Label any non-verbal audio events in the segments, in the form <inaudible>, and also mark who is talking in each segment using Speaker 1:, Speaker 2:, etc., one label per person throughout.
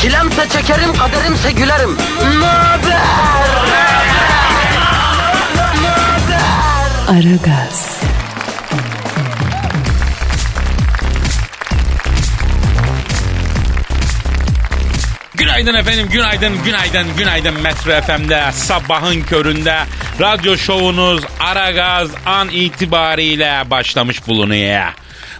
Speaker 1: Çilemse çekerim, kaderimse gülerim. Möber!
Speaker 2: Aragaz,
Speaker 3: Günaydın efendim, günaydın, günaydın, günaydın Metro FM'de sabahın köründe radyo şovunuz Aragaz an itibariyle başlamış bulunuyor.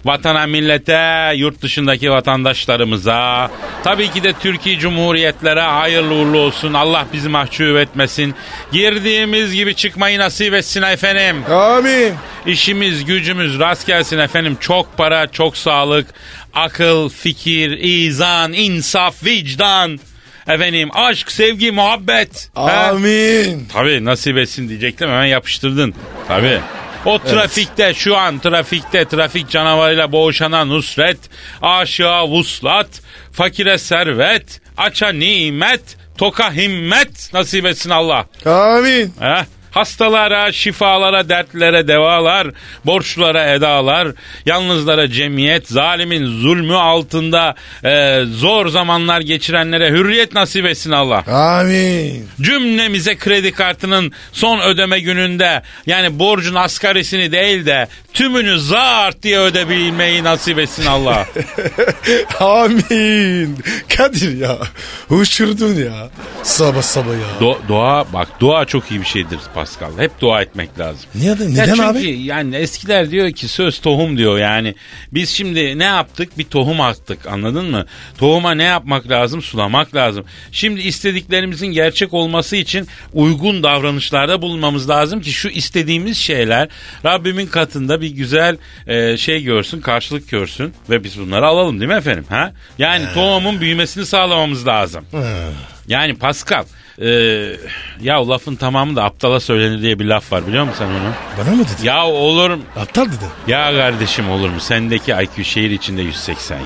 Speaker 3: Vatana, millete, yurt dışındaki vatandaşlarımıza, tabii ki de Türkiye Cumhuriyetlere hayırlı uğurlu olsun. Allah bizi mahcup etmesin. Girdiğimiz gibi çıkmayı nasip etsin efendim.
Speaker 4: Amin.
Speaker 3: İşimiz, gücümüz rast gelsin efendim. Çok para, çok sağlık, akıl, fikir, izan, insaf, vicdan. Efendim aşk, sevgi, muhabbet. Ha?
Speaker 4: Amin.
Speaker 3: Tabii nasip etsin diyecektim hemen yapıştırdın. Tabii. O trafikte şu an trafikte trafik canavarıyla boğuşana nusret, aşığa vuslat, fakire servet, aça nimet, toka himmet nasip etsin Allah.
Speaker 4: Amin.
Speaker 3: Heh. Hastalara, şifalara, dertlere devalar, borçlara edalar, yalnızlara cemiyet, zalimin zulmü altında e, zor zamanlar geçirenlere hürriyet nasip etsin Allah.
Speaker 4: Amin.
Speaker 3: Cümlemize kredi kartının son ödeme gününde yani borcun asgarisini değil de tümünü zart diye ödebilmeyi nasip etsin Allah.
Speaker 4: Amin. Kadir ya. Uçurdun ya. Sabah sabah ya.
Speaker 3: Do- dua bak dua çok iyi bir şeydir Pascal. Hep dua etmek lazım.
Speaker 4: Niye de-
Speaker 3: Ya
Speaker 4: neden
Speaker 3: çünkü
Speaker 4: abi?
Speaker 3: yani eskiler diyor ki söz tohum diyor yani. Biz şimdi ne yaptık? Bir tohum attık anladın mı? Tohuma ne yapmak lazım? Sulamak lazım. Şimdi istediklerimizin gerçek olması için uygun davranışlarda bulunmamız lazım ki şu istediğimiz şeyler Rabbimin katında bir güzel e, şey görsün, karşılık görsün ve biz bunları alalım değil mi efendim? Ha? Yani
Speaker 4: Ee.
Speaker 3: tohumun büyümesini sağlamamız lazım. Yani Pascal e, ya lafın tamamı da aptala söylenir diye bir laf var biliyor musun sen onu?
Speaker 4: Bana mı dedin?
Speaker 3: Ya olur mu?
Speaker 4: Aptal dedin.
Speaker 3: Ya kardeşim olur mu? Sendeki IQ şehir içinde 180 ya.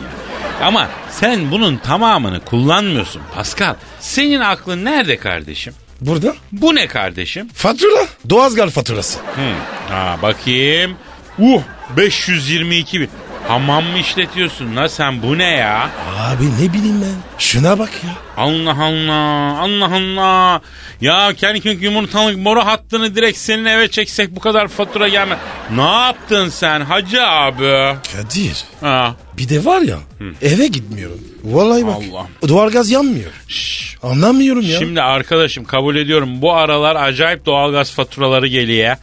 Speaker 3: Ama sen bunun tamamını kullanmıyorsun Pascal. Senin aklın nerede kardeşim?
Speaker 4: Burada?
Speaker 3: Bu ne kardeşim?
Speaker 4: Fatura. Doğazgal faturası.
Speaker 3: Hı. Ha bakayım. Uh 522 bin. Hamam mı işletiyorsun la sen bu ne ya?
Speaker 4: Abi ne bileyim ben. Şuna bak ya.
Speaker 3: Allah Allah Allah Allah. Ya Kerkük yumurtalık boru hattını direkt senin eve çeksek bu kadar fatura gelmez. Ne yaptın sen hacı abi?
Speaker 4: Kadir.
Speaker 3: Ha.
Speaker 4: Bir de var ya eve gitmiyorum. Vallahi bak.
Speaker 3: Allah.
Speaker 4: Doğalgaz yanmıyor.
Speaker 3: Şş,
Speaker 4: Anlamıyorum ya.
Speaker 3: Şimdi arkadaşım kabul ediyorum bu aralar acayip doğalgaz faturaları geliyor.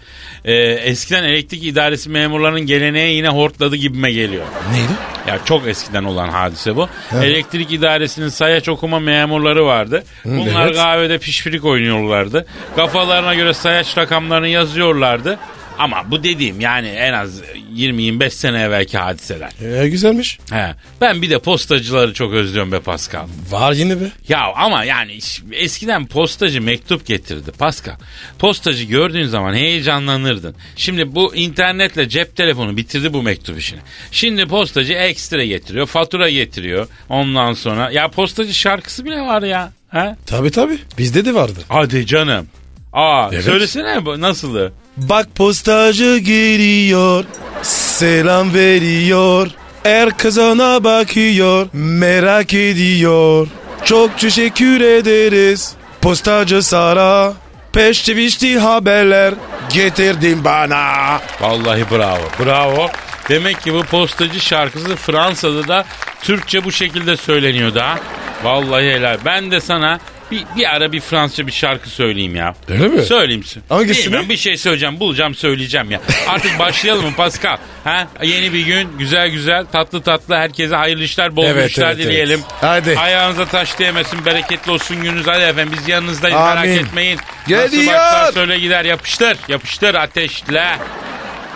Speaker 3: Ee, eskiden elektrik idaresi memurlarının geleneği yine hortladı gibime geliyor.
Speaker 4: Neydi?
Speaker 3: Ya çok eskiden olan hadise bu. Elektrik idaresinin sayaç okuma memurları vardı. Bunlar
Speaker 4: evet.
Speaker 3: kahvede pişpirik oynuyorlardı. Kafalarına göre sayaç rakamlarını yazıyorlardı. Ama bu dediğim yani en az 20-25 sene evvelki hadiseler.
Speaker 4: Ee, güzelmiş.
Speaker 3: He. Ben bir de postacıları çok özlüyorum be Pascal.
Speaker 4: Var yine be.
Speaker 3: Ya ama yani iş- eskiden postacı mektup getirdi Pascal. Postacı gördüğün zaman heyecanlanırdın. Şimdi bu internetle cep telefonu bitirdi bu mektup işini. Şimdi postacı ekstra getiriyor, fatura getiriyor. Ondan sonra ya postacı şarkısı bile var ya. He?
Speaker 4: Tabi tabi. Bizde de vardı.
Speaker 3: Hadi canım. Aa
Speaker 4: Evet.
Speaker 3: söylesene bu nasıldı?
Speaker 4: Bak postacı geliyor, selam veriyor. Herkes ona bakıyor, merak ediyor. Çok teşekkür ederiz postacı Sara. Peşti pişti haberler getirdin bana.
Speaker 3: Vallahi bravo. Bravo. Demek ki bu postacı şarkısı Fransa'da da Türkçe bu şekilde söyleniyordu ha. Vallahi helal. Ben de sana bir, bir ara bir Fransızca bir şarkı söyleyeyim ya.
Speaker 4: Öyle mi?
Speaker 3: Söyleyeyim.
Speaker 4: Hangisi
Speaker 3: Bilmem,
Speaker 4: mi?
Speaker 3: Bir şey söyleyeceğim. Bulacağım söyleyeceğim ya. Artık başlayalım mı Pascal? Ha? Yeni bir gün güzel güzel tatlı tatlı herkese hayırlı işler bol
Speaker 4: Evet,
Speaker 3: işler
Speaker 4: evet, evet.
Speaker 3: dileyelim.
Speaker 4: Hadi.
Speaker 3: Ayağınıza taş değmesin. Bereketli olsun gününüz. Hadi efendim biz yanınızdayız. Merak
Speaker 4: Amin.
Speaker 3: etmeyin. Nasıl
Speaker 4: Geliyor.
Speaker 3: başlar söyle gider yapıştır. Yapıştır ateşle.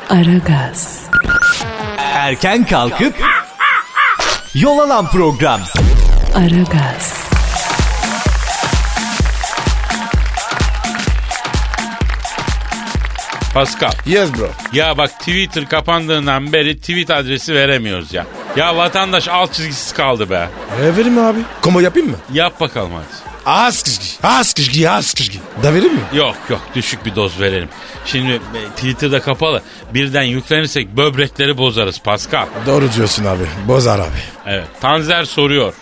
Speaker 2: Aragaz,
Speaker 5: Erken kalkıp yol alan program.
Speaker 2: Aragaz,
Speaker 3: Pascal.
Speaker 4: Yes bro.
Speaker 3: Ya bak Twitter kapandığından beri tweet adresi veremiyoruz ya. Ya vatandaş alt çizgisiz kaldı be.
Speaker 4: E, verir mi abi? Kombo yapayım mı?
Speaker 3: Yap bakalım hadi.
Speaker 4: Az kışkı. Az kışkı. Az kışkı. Da verir mi?
Speaker 3: Yok yok düşük bir doz verelim. Şimdi e, Twitter'da kapalı. Birden yüklenirsek böbrekleri bozarız Pascal.
Speaker 4: Doğru diyorsun abi. Bozar abi.
Speaker 3: Evet. Tanzer soruyor.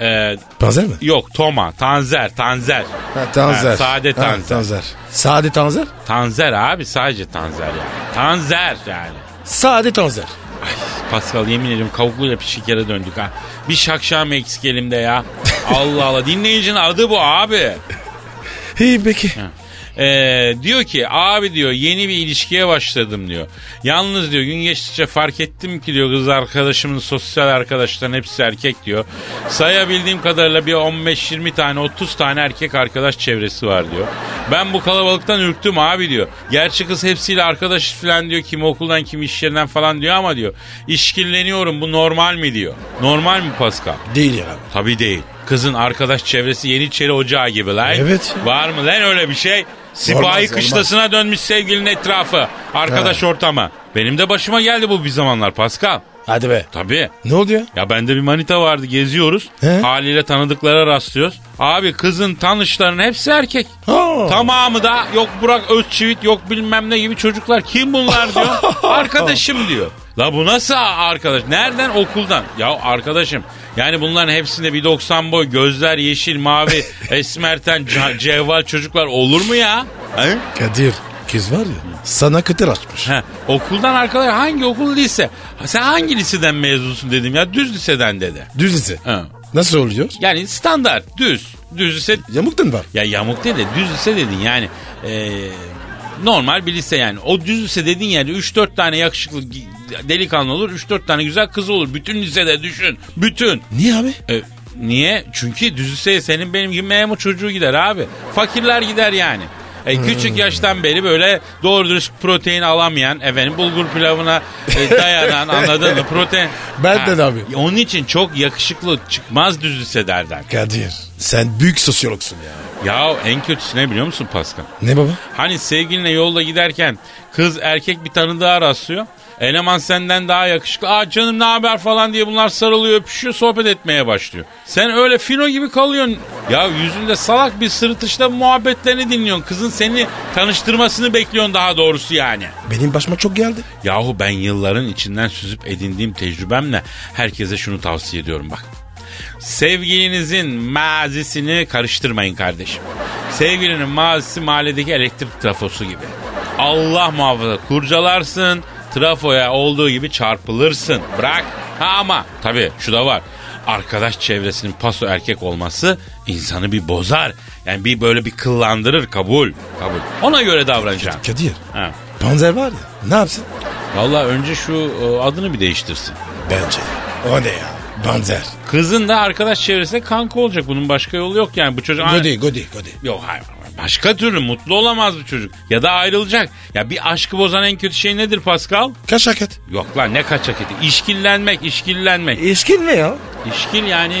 Speaker 3: Ee,
Speaker 4: Panzer mi?
Speaker 3: yok Toma. Tanzer. Tanzer.
Speaker 4: Ha, Tanzer.
Speaker 3: Ha, Sade
Speaker 4: Ha,
Speaker 3: Tanzer.
Speaker 4: Tanzer. Sade Tanzer?
Speaker 3: Tanzer abi sadece Tanzer yani. Tanzer yani.
Speaker 4: Sade Tanzer.
Speaker 3: Pascal yemin ediyorum kavukluyla pişikere döndük ha. Bir şakşam eksik elimde ya. Allah Allah dinleyicinin adı bu abi.
Speaker 4: İyi peki.
Speaker 3: Ee, diyor ki abi diyor yeni bir ilişkiye başladım diyor. Yalnız diyor gün geçtikçe fark ettim ki diyor kız arkadaşımın sosyal arkadaşların hepsi erkek diyor. Sayabildiğim kadarıyla bir 15-20 tane 30 tane erkek arkadaş çevresi var diyor. Ben bu kalabalıktan ürktüm abi diyor. Gerçi kız hepsiyle arkadaş falan diyor kimi okuldan kimi iş yerinden falan diyor ama diyor işkilleniyorum bu normal mi diyor. Normal mi Pascal?
Speaker 4: Değil ya abi.
Speaker 3: Tabii değil. Kızın arkadaş çevresi Yeniçeri Ocağı gibi lan.
Speaker 4: Evet.
Speaker 3: Var mı lan öyle bir şey? Sipahi
Speaker 4: Olmaz, olmaz.
Speaker 3: kışlasına dönmüş sevgilinin etrafı. Arkadaş ortamı. Benim de başıma geldi bu bir zamanlar Pascal.
Speaker 4: Hadi be.
Speaker 3: Tabii.
Speaker 4: Ne oldu ya?
Speaker 3: Ya bende bir manita vardı geziyoruz.
Speaker 4: He?
Speaker 3: Haliyle tanıdıklara rastlıyoruz. Abi kızın tanışlarının hepsi erkek.
Speaker 4: Ha.
Speaker 3: Tamamı da yok Burak Özçivit yok bilmem ne gibi çocuklar. Kim bunlar diyor.
Speaker 4: <laughs>
Speaker 3: arkadaşım diyor. La bu nasıl arkadaş? Nereden? Okuldan. Ya arkadaşım yani bunların hepsinde bir 90 boy gözler yeşil
Speaker 4: <laughs>
Speaker 3: mavi esmerten ca- cevval çocuklar olur mu ya? He?
Speaker 4: Kadir. Kız var ya. Sana kıtır açmış.
Speaker 3: He, okuldan arkadaş hangi okul lise? Ha, sen hangi liseden mezunsun dedim ya düz liseden dedi.
Speaker 4: Düz lise.
Speaker 3: He.
Speaker 4: Nasıl oluyor?
Speaker 3: Yani standart düz. Düz lise
Speaker 4: Yamuktan var.
Speaker 3: Ya yamuk değil de düz lise dedin yani. Ee, normal bir lise yani. O düz lise dediğin yerde 3-4 tane yakışıklı gi- delikanlı olur. 3-4 tane güzel kız olur. Bütün lisede düşün. Bütün.
Speaker 4: Niye abi?
Speaker 3: E, niye? Çünkü düz liseye senin benim gibi memur çocuğu gider abi. Fakirler gider yani. E, küçük yaştan beri böyle doğru dürüst protein alamayan, efendim bulgur pilavına e, dayanan anladın mı? Protein.
Speaker 4: Benden abi.
Speaker 3: Onun için çok yakışıklı çıkmaz düz liselerden.
Speaker 4: Kadir. Sen büyük sosyologsun ya.
Speaker 3: Ya en kötüsü ne biliyor musun Pascal?
Speaker 4: Ne baba?
Speaker 3: Hani sevgilinle yolda giderken kız erkek bir tanıdığa rastlıyor. Eleman senden daha yakışıklı. Aa canım ne haber falan diye bunlar sarılıyor öpüşüyor sohbet etmeye başlıyor. Sen öyle fino gibi kalıyorsun. Ya yüzünde salak bir sırıtışla muhabbetlerini dinliyorsun. Kızın seni tanıştırmasını bekliyorsun daha doğrusu yani.
Speaker 4: Benim başıma çok geldi.
Speaker 3: Yahu ben yılların içinden süzüp edindiğim tecrübemle herkese şunu tavsiye ediyorum bak. Sevgilinizin mazisini karıştırmayın kardeşim. Sevgilinin mazisi mahalledeki elektrik trafosu gibi. Allah muhafaza kurcalarsın, trafoya olduğu gibi çarpılırsın. Bırak. Ha ama tabii şu da var. Arkadaş çevresinin paso erkek olması insanı bir bozar. Yani bir böyle bir kıllandırır kabul. Kabul. Ona göre davranacaksın.
Speaker 4: Kadir.
Speaker 3: Ha.
Speaker 4: Panzer var ya. Ne yapsın?
Speaker 3: Valla önce şu e, adını bir değiştirsin.
Speaker 4: Bence. O ne ya? Panzer.
Speaker 3: Kızın da arkadaş çevresinde kanka olacak. Bunun başka yolu yok yani. Bu çocuk...
Speaker 4: Godi godi godi.
Speaker 3: Yok hayır. Başka türlü mutlu olamaz bu çocuk. Ya da ayrılacak. Ya bir aşkı bozan en kötü şey nedir Pascal?
Speaker 4: Kaç hakikat?
Speaker 3: Yok lan ne kaçak eti. İşkillenmek, işkillenmek.
Speaker 4: İskin mi ya?
Speaker 3: İşkil yani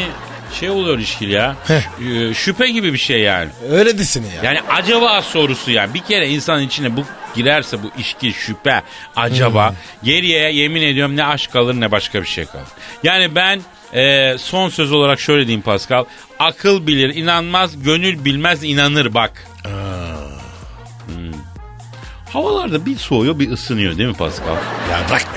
Speaker 3: şey oluyor işkil ya.
Speaker 4: Heh.
Speaker 3: Ee, Şüphe gibi bir şey yani.
Speaker 4: Öyle desin ya.
Speaker 3: Yani acaba sorusu yani. Bir kere insanın içine bu girerse bu işki, şüphe, acaba geriye yemin ediyorum ne aşk kalır ne başka bir şey kalır. Yani ben e, son söz olarak şöyle diyeyim Pascal. Akıl bilir, inanmaz, gönül bilmez, inanır bak. Hmm. Havalarda bir soğuyor bir ısınıyor değil mi Pascal?
Speaker 4: Ya bırakma.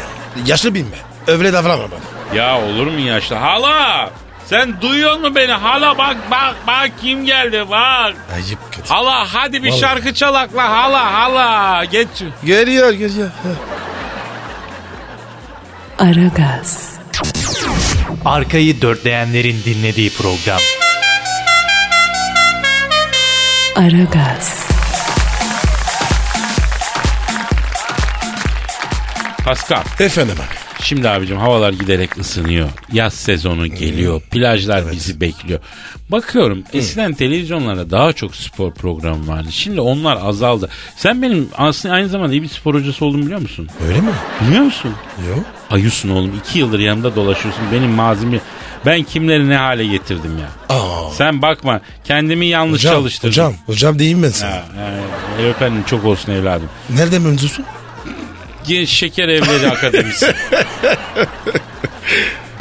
Speaker 4: Yaşlı bilme. Öyle davranma bana.
Speaker 3: Ya olur mu yaşlı? Hala! Sen duyuyor musun beni? Hala bak bak bak kim geldi bak.
Speaker 4: Ayıp Kadir.
Speaker 3: Hala hadi bir
Speaker 4: Vallahi.
Speaker 3: şarkı çalakla hala hala. Geç.
Speaker 4: Geliyor geliyor. Heh.
Speaker 2: Aragaz,
Speaker 5: Arkayı dörtleyenlerin dinlediği program.
Speaker 2: Aragaz,
Speaker 3: Pascal
Speaker 4: Efendim abi.
Speaker 3: Şimdi abicim havalar giderek ısınıyor. Yaz sezonu geliyor. Plajlar bizi bekliyor. Bakıyorum eskiden televizyonlarda daha çok spor programı vardı. Şimdi onlar azaldı. Sen benim aslında aynı zamanda iyi bir spor hocası olduğumu biliyor musun?
Speaker 4: Öyle mi?
Speaker 3: Biliyor musun?
Speaker 4: Yok.
Speaker 3: Ayusun oğlum iki yıldır yanımda dolaşıyorsun. Benim mazimi ben kimleri ne hale getirdim ya.
Speaker 4: Aa.
Speaker 3: Sen bakma kendimi yanlış
Speaker 4: Hocam,
Speaker 3: çalıştırdım.
Speaker 4: hocam, hocam diyeyim ben sana.
Speaker 3: Ha, ha, el öpenin çok olsun evladım.
Speaker 4: Nerede mevzusun?
Speaker 3: Genç Şeker Evleri <laughs> Akademisi.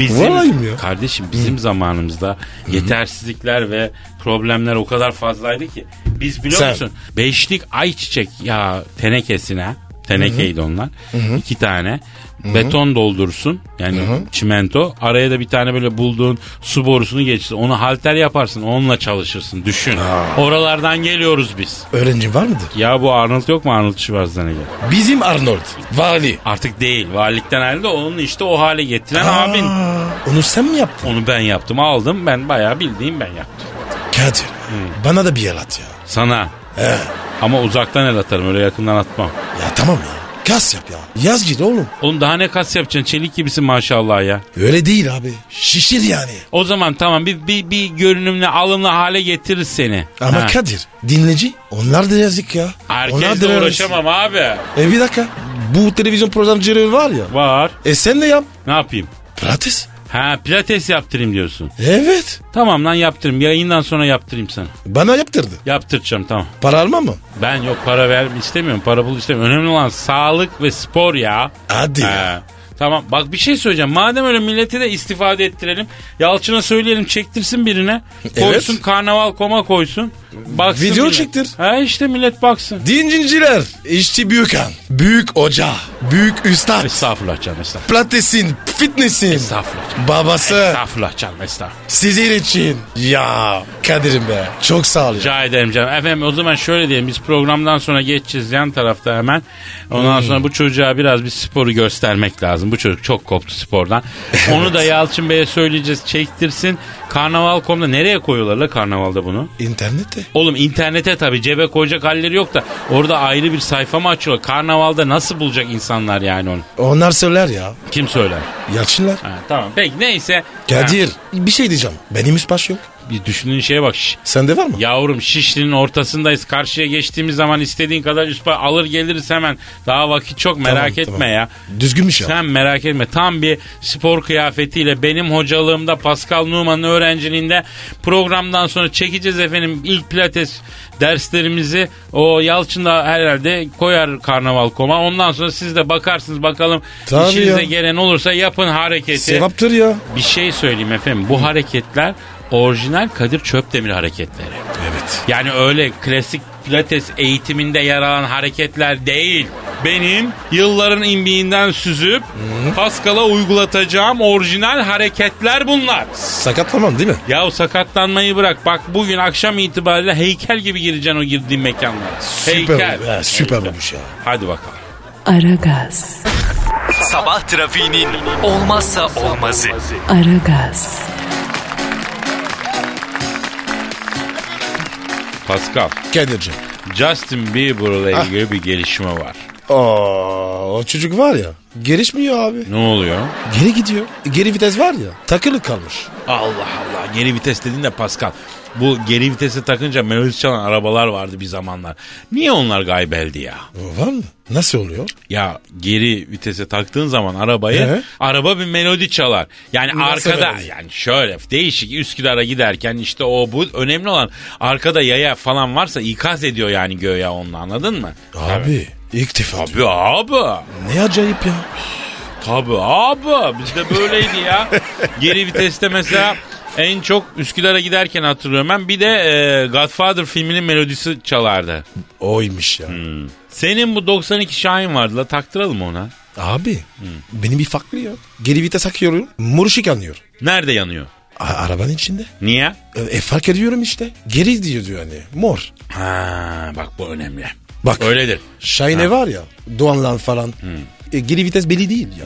Speaker 4: Vay ya.
Speaker 3: Kardeşim bizim zamanımızda yetersizlikler ve problemler o kadar fazlaydı ki. Biz biliyor
Speaker 4: Sen-
Speaker 3: musun? Beşlik ayçiçek ya tenekesine tenekeydi onlar. iki tane. Beton doldursun yani çimento. Araya da bir tane böyle bulduğun su borusunu geçsin. Onu halter yaparsın onunla çalışırsın düşün. Oralardan geliyoruz biz.
Speaker 4: Öğrenci var mıdır?
Speaker 3: Ya bu Arnold yok mu Arnold Schwarzenegger?
Speaker 4: Bizim Arnold. Vali.
Speaker 3: Artık değil. Valilikten ayrıldı. Onun işte o hale getiren abin.
Speaker 4: Aa, Onu sen mi yaptın?
Speaker 3: Onu ben yaptım. Aldım. Ben bayağı bildiğim ben yaptım.
Speaker 4: Kadir. Bana da bir el at ya.
Speaker 3: Sana.
Speaker 4: He.
Speaker 3: Ama uzaktan el atarım. Öyle yakından atmam.
Speaker 4: Ya tamam ya. Kas yap ya. Yaz git oğlum.
Speaker 3: Oğlum daha ne kas yapacaksın? Çelik gibisin maşallah ya.
Speaker 4: Öyle değil abi. Şişir yani.
Speaker 3: O zaman tamam bir, bir, bir görünümle alımlı hale getirir seni.
Speaker 4: Ama
Speaker 3: Ha.
Speaker 4: Kadir dinleyici onlar da yazık ya. onlar da
Speaker 3: Herkesle
Speaker 4: razık.
Speaker 3: uğraşamam abi.
Speaker 4: E bir dakika. Bu televizyon programcıları var ya.
Speaker 3: Var.
Speaker 4: E sen de yap.
Speaker 3: Ne yapayım?
Speaker 4: Pilates.
Speaker 3: Ha pilates yaptırayım diyorsun.
Speaker 4: Evet.
Speaker 3: Tamam lan yaptırayım. Yayından sonra yaptırayım sana.
Speaker 4: Bana yaptırdı.
Speaker 3: Yaptıracağım tamam.
Speaker 4: Para almam mı?
Speaker 3: Ben yok para ver istemiyorum. Para bul istemiyorum. Önemli olan sağlık ve spor ya.
Speaker 4: Hadi ya.
Speaker 3: He. Tamam bak bir şey söyleyeceğim. Madem öyle milleti de istifade ettirelim. Yalçın'a söyleyelim çektirsin birine. Koysun karnaval koma koysun. Baksın
Speaker 4: Video
Speaker 3: millet.
Speaker 4: çektir.
Speaker 3: Ha işte millet baksın.
Speaker 4: Dincinciler. İşçi büyük an. Büyük hoca. Büyük üstad.
Speaker 3: Estağfurullah canım estağfurullah.
Speaker 4: Pilatesin. Fitnessin.
Speaker 3: Estağfurullah canım.
Speaker 4: Babası.
Speaker 3: Estağfurullah canım estağfurullah.
Speaker 4: Sizin için. Ya Kadir'im be. Çok sağ ol ya.
Speaker 3: Rica ederim canım. Efendim o zaman şöyle diyelim biz programdan sonra geçeceğiz yan tarafta hemen. Ondan
Speaker 4: Hmm.
Speaker 3: sonra bu çocuğa biraz bir sporu göstermek lazım. Bu çocuk çok koptu
Speaker 4: <laughs>
Speaker 3: spordan. Onu da Yalçın Bey'e söyleyeceğiz çektirsin. Karnaval.com'da nereye koyuyorlar la karnavalda bunu?
Speaker 4: İnternette.
Speaker 3: Oğlum internete tabii cebe koyacak halleri yok da orada ayrı bir sayfa mı açıyorlar? Karnavalda nasıl bulacak insanlar yani onu?
Speaker 4: Onlar söyler ya.
Speaker 3: Kim söyler?
Speaker 4: Yalçınlar.
Speaker 3: Ha, tamam peki neyse.
Speaker 4: Kadir. Bir şey diyeceğim. Benim üst baş yok.
Speaker 3: Ha, bir düşündüğün şeye bak. Şş,
Speaker 4: Sende var mı?
Speaker 3: Yavrum Şişli'nin ortasındayız. Karşıya geçtiğimiz zaman istediğin kadar üst pa- alır geliriz hemen. Daha vakit çok merak etme
Speaker 4: Tamam,
Speaker 3: ya.
Speaker 4: Düzgünmüş ya.
Speaker 3: Sen merak etme. Tam bir spor kıyafetiyle benim hocalığımda Pascal Numan'ın öğrenciliğinde programdan sonra çekeceğiz efendim ilk pilates derslerimizi. O Yalçın da herhalde koyar karnaval koma. Ondan sonra siz de bakarsınız bakalım
Speaker 4: Tabii
Speaker 3: işinize
Speaker 4: ya.
Speaker 3: gelen olursa yapın hareketi.
Speaker 4: Sevaptır ya.
Speaker 3: Bir şey söyleyeyim efendim. Bu hareketler orijinal Kadir Çöpdemir hareketleri.
Speaker 4: Evet.
Speaker 3: Yani öyle klasik pilates eğitiminde yer alan hareketler değil. Benim yılların imbiğinden süzüp Pascal'a uygulatacağım orijinal hareketler bunlar.
Speaker 4: Sakatlamam değil mi?
Speaker 3: Yahu sakatlanmayı bırak. Bak bugün akşam itibariyle heykel gibi gireceksin o girdiğin mekanlara. heykel.
Speaker 4: Süper, he, süper olmuş ya.
Speaker 3: Hadi bakalım.
Speaker 2: Aragaz,
Speaker 5: Sabah trafiğinin olmazsa olmazı.
Speaker 2: Aragaz,
Speaker 3: Pascal,
Speaker 4: Kadir'cim.
Speaker 3: Justin Bieber'la ilgili bir gelişme var.
Speaker 4: Aa, o çocuk var ya. Gelişmiyor abi.
Speaker 3: Ne oluyor?
Speaker 4: Geri gidiyor. Geri vites var ya. Takılı kalmış.
Speaker 3: Allah Allah geri vites dedin de Pascal. Bu geri vitese takınca melodisi çalan arabalar vardı bir zamanlar. Niye onlar gaybeldi ya?
Speaker 4: O var mı? Nasıl oluyor?
Speaker 3: Ya geri vitese taktığın zaman arabayı
Speaker 4: Ee?
Speaker 3: araba bir melodi çalar. Yani
Speaker 4: Nasıl
Speaker 3: arkada
Speaker 4: melodi?
Speaker 3: yani şöyle değişik Üsküdar'a giderken işte o bu önemli olan arkada yaya falan varsa ikaz ediyor yani göğe onu anladın mı?
Speaker 4: Abi ilk defa.
Speaker 3: Tabii abi.
Speaker 4: Ne acayip ya.
Speaker 3: Tabii abi bizde böyleydi
Speaker 4: <laughs>
Speaker 3: ya. Geri viteste mesela en çok Üsküdar'a giderken hatırlıyorum ben. Bir de e, Godfather filminin melodisi çalardı.
Speaker 4: Oymuş ya.
Speaker 3: Senin bu 92 Şahin vardı la taktıralım ona.
Speaker 4: Abi benim bir farklı ya. Geri vites akıyorum. Moruşik anlıyor.
Speaker 3: Nerede yanıyor?
Speaker 4: A- arabanın içinde.
Speaker 3: Niye?
Speaker 4: E, e, fark ediyorum işte. Geri diyor diyor hani. Mor.
Speaker 3: Ha bak bu önemli.
Speaker 4: Bak.
Speaker 3: Öyledir.
Speaker 4: Şahine var ya. Doğanlan falan. e, geri vites belli değil ya.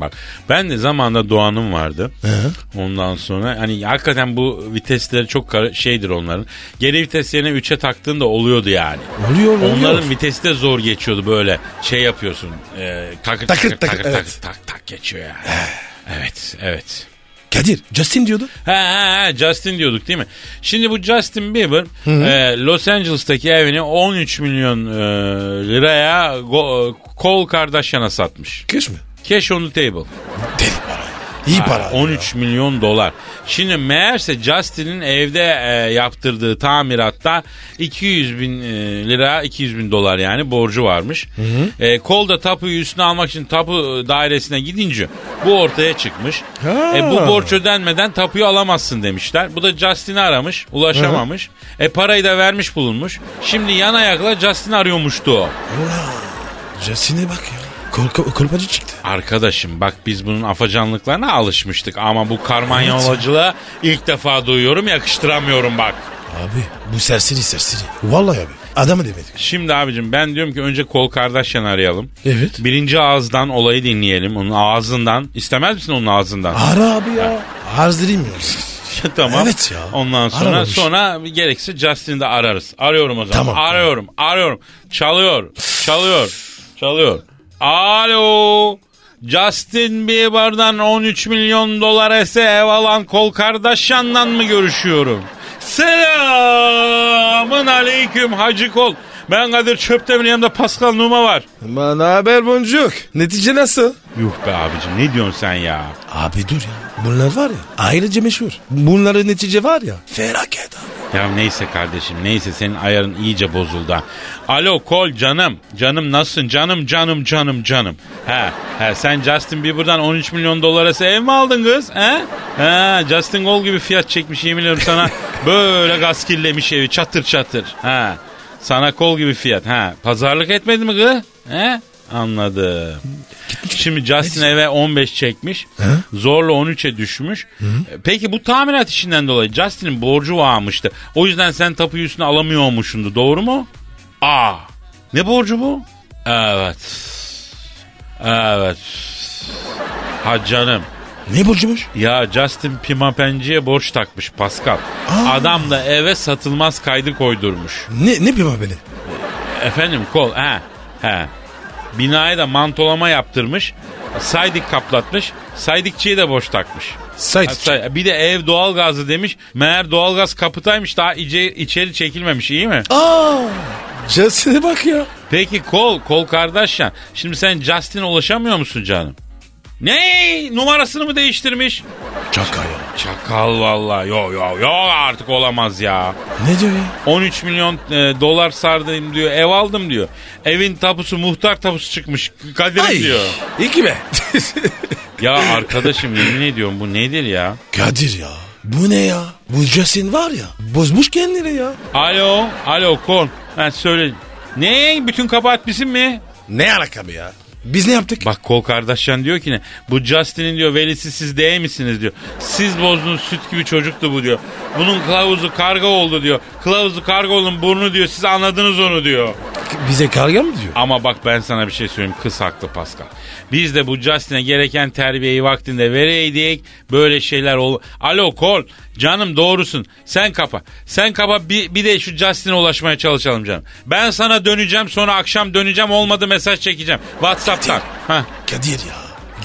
Speaker 3: Bak ben de zamanında Doğan'ım vardı. Ondan sonra hani hakikaten bu vitesleri çok kar- şeydir onların. Geri vites yerine 3'e taktığında oluyordu yani.
Speaker 4: Oluyor, oluyor.
Speaker 3: Onların vitesi de zor geçiyordu böyle şey yapıyorsun. E, takır takır
Speaker 4: Takır,
Speaker 3: takır
Speaker 4: takır,
Speaker 3: takır,
Speaker 4: evet.
Speaker 3: tak tak geçiyor yani. evet evet.
Speaker 4: Kadir Justin diyordu.
Speaker 3: Ha, ha, ha, Justin diyorduk değil mi? Şimdi bu Justin Bieber e, Los Angeles'taki evini 13 milyon e, liraya go, e, Kol Kardashian'a satmış.
Speaker 4: Kış mı?
Speaker 3: Cash on the table.
Speaker 4: Deli para. İyi para.
Speaker 3: 13 milyon dolar. Şimdi meğerse Justin'in evde e, yaptırdığı tamiratta 200 bin e, lira 200 bin dolar yani borcu varmış. E, kolda tapuyu üstüne almak için tapu dairesine gidince bu ortaya çıkmış.
Speaker 4: Ha.
Speaker 3: E, bu borç ödenmeden tapuyu alamazsın demişler. Bu da Justin'i aramış ulaşamamış. E parayı da vermiş bulunmuş. Şimdi yan ayakla Justin arıyormuştu o.
Speaker 4: Justin'e bak ya. Korka, kolpacı çıktı.
Speaker 3: Arkadaşım bak biz bunun afacanlıklarına alışmıştık ama bu karmanyolacılığa ilk defa duyuyorum yakıştıramıyorum bak.
Speaker 4: Abi bu serseri serseri. Vallahi abi adamı demedik.
Speaker 3: Şimdi abicim ben diyorum ki önce Kol Kardashian'ı arayalım.
Speaker 4: Evet.
Speaker 3: Birinci ağızdan olayı dinleyelim onun ağzından. İstemez misin onun ağzından?
Speaker 4: Ara abi ya. Arzdireyim ya.
Speaker 3: <laughs> tamam.
Speaker 4: Evet ya.
Speaker 3: Ondan sonra
Speaker 4: Aramamış.
Speaker 3: sonra gerekirse Justin'i de ararız. Arıyorum o zaman.
Speaker 4: Tamam.
Speaker 3: arıyorum. Arıyorum. Çalıyor. Çalıyor. Çalıyor. Alo. Justin Bieber'dan 13 milyon dolar ese ev alan Kol Kardashian'dan mı görüşüyorum? Selamın aleyküm Hacı Kol. Ben Kadir Çöptemir yanımda Pascal Numa var.
Speaker 4: Bana haber boncuk. Netice nasıl?
Speaker 3: Yuh be abicim ne diyorsun sen ya?
Speaker 4: Abi dur ya. Bunlar var ya ayrıca meşhur. Bunların netice var ya. Felaket abi.
Speaker 3: Ya neyse kardeşim neyse senin ayarın iyice bozuldu. ha. Alo kol canım. Canım nasılsın? Canım canım canım canım. He, he sen Justin Bieber'dan 13 milyon dolara ev mi aldın kız? He? He Justin Gol gibi fiyat çekmiş yemin ediyorum sana. Böyle gaskillemiş evi çatır çatır. He. Sana kol gibi fiyat. He. Pazarlık etmedi mi kız? He? Anladım. Şimdi Justin eve 15 çekmiş. Zorla 13'e düşmüş. E, Peki bu tamirat işinden dolayı Justin'in borcu varmıştı. O yüzden sen tapuyu üstüne alamıyormuşsundu. Doğru mu? Aa. Ne borcu bu? Evet. Evet. Ha canım.
Speaker 4: Ne borcumuş?
Speaker 3: Ya Justin Pimapenci'ye borç takmış Pascal.
Speaker 4: Aa.
Speaker 3: Adam da eve satılmaz kaydı koydurmuş.
Speaker 4: Ne, ne bileyim beni?
Speaker 3: Efendim kol ha ha. Binaya da mantolama yaptırmış. Saydik kaplatmış. Saydikçiye de boş takmış.
Speaker 4: Sayt.
Speaker 3: Hatta bir de ev doğalgazlı demiş. Meğer doğalgaz kapıtaymış daha ice- içeri çekilmemiş iyi mi?
Speaker 4: Aa, Justin'e bak ya.
Speaker 3: Peki kol, kol Kardashian. Şimdi sen Justin'e ulaşamıyor musun canım? Ne? Numarasını mı değiştirmiş?
Speaker 4: Çaka ya.
Speaker 3: Çakal vallahi. Yo yo yo artık olamaz ya.
Speaker 4: Ne diyor ya?
Speaker 3: 13 milyon e, dolar sardım diyor. Ev aldım diyor. Evin tapusu muhtar tapusu çıkmış. Kadir'im diyor.
Speaker 4: İyi ki be. <laughs>
Speaker 3: Ya arkadaşım yemin ediyorum bu nedir ya?
Speaker 4: Kadir ya. Bu ne ya? Bu Justin var ya. Bozmuş kendini ya.
Speaker 3: Alo, alo kon. Ha söyle. Ne? Bütün kabahat bizim mi?
Speaker 4: Ne alaka ya? Biz ne yaptık?
Speaker 3: Bak Kol Kardashian diyor ki ne? Bu Justin'in diyor velisi siz değil misiniz diyor. Siz bozdunuz süt gibi çocuktu bu diyor. Bunun kılavuzu karga oldu diyor. Kılavuzu karga olun burnu diyor. Siz anladınız onu diyor.
Speaker 4: bize karga mı diyor?
Speaker 3: Ama bak ben sana bir şey söyleyeyim. Kız haklı Pascal. Biz de bu Justin'e gereken terbiyeyi vaktinde vereydik. Böyle şeyler ol. Alo Kol. Canım doğrusun. Sen kapa. Sen kapa bir, bir de şu Justin'e ulaşmaya çalışalım canım. Ben sana döneceğim sonra akşam döneceğim olmadı mesaj çekeceğim. Whatsapp'tan. Hah.
Speaker 4: Kadir ya.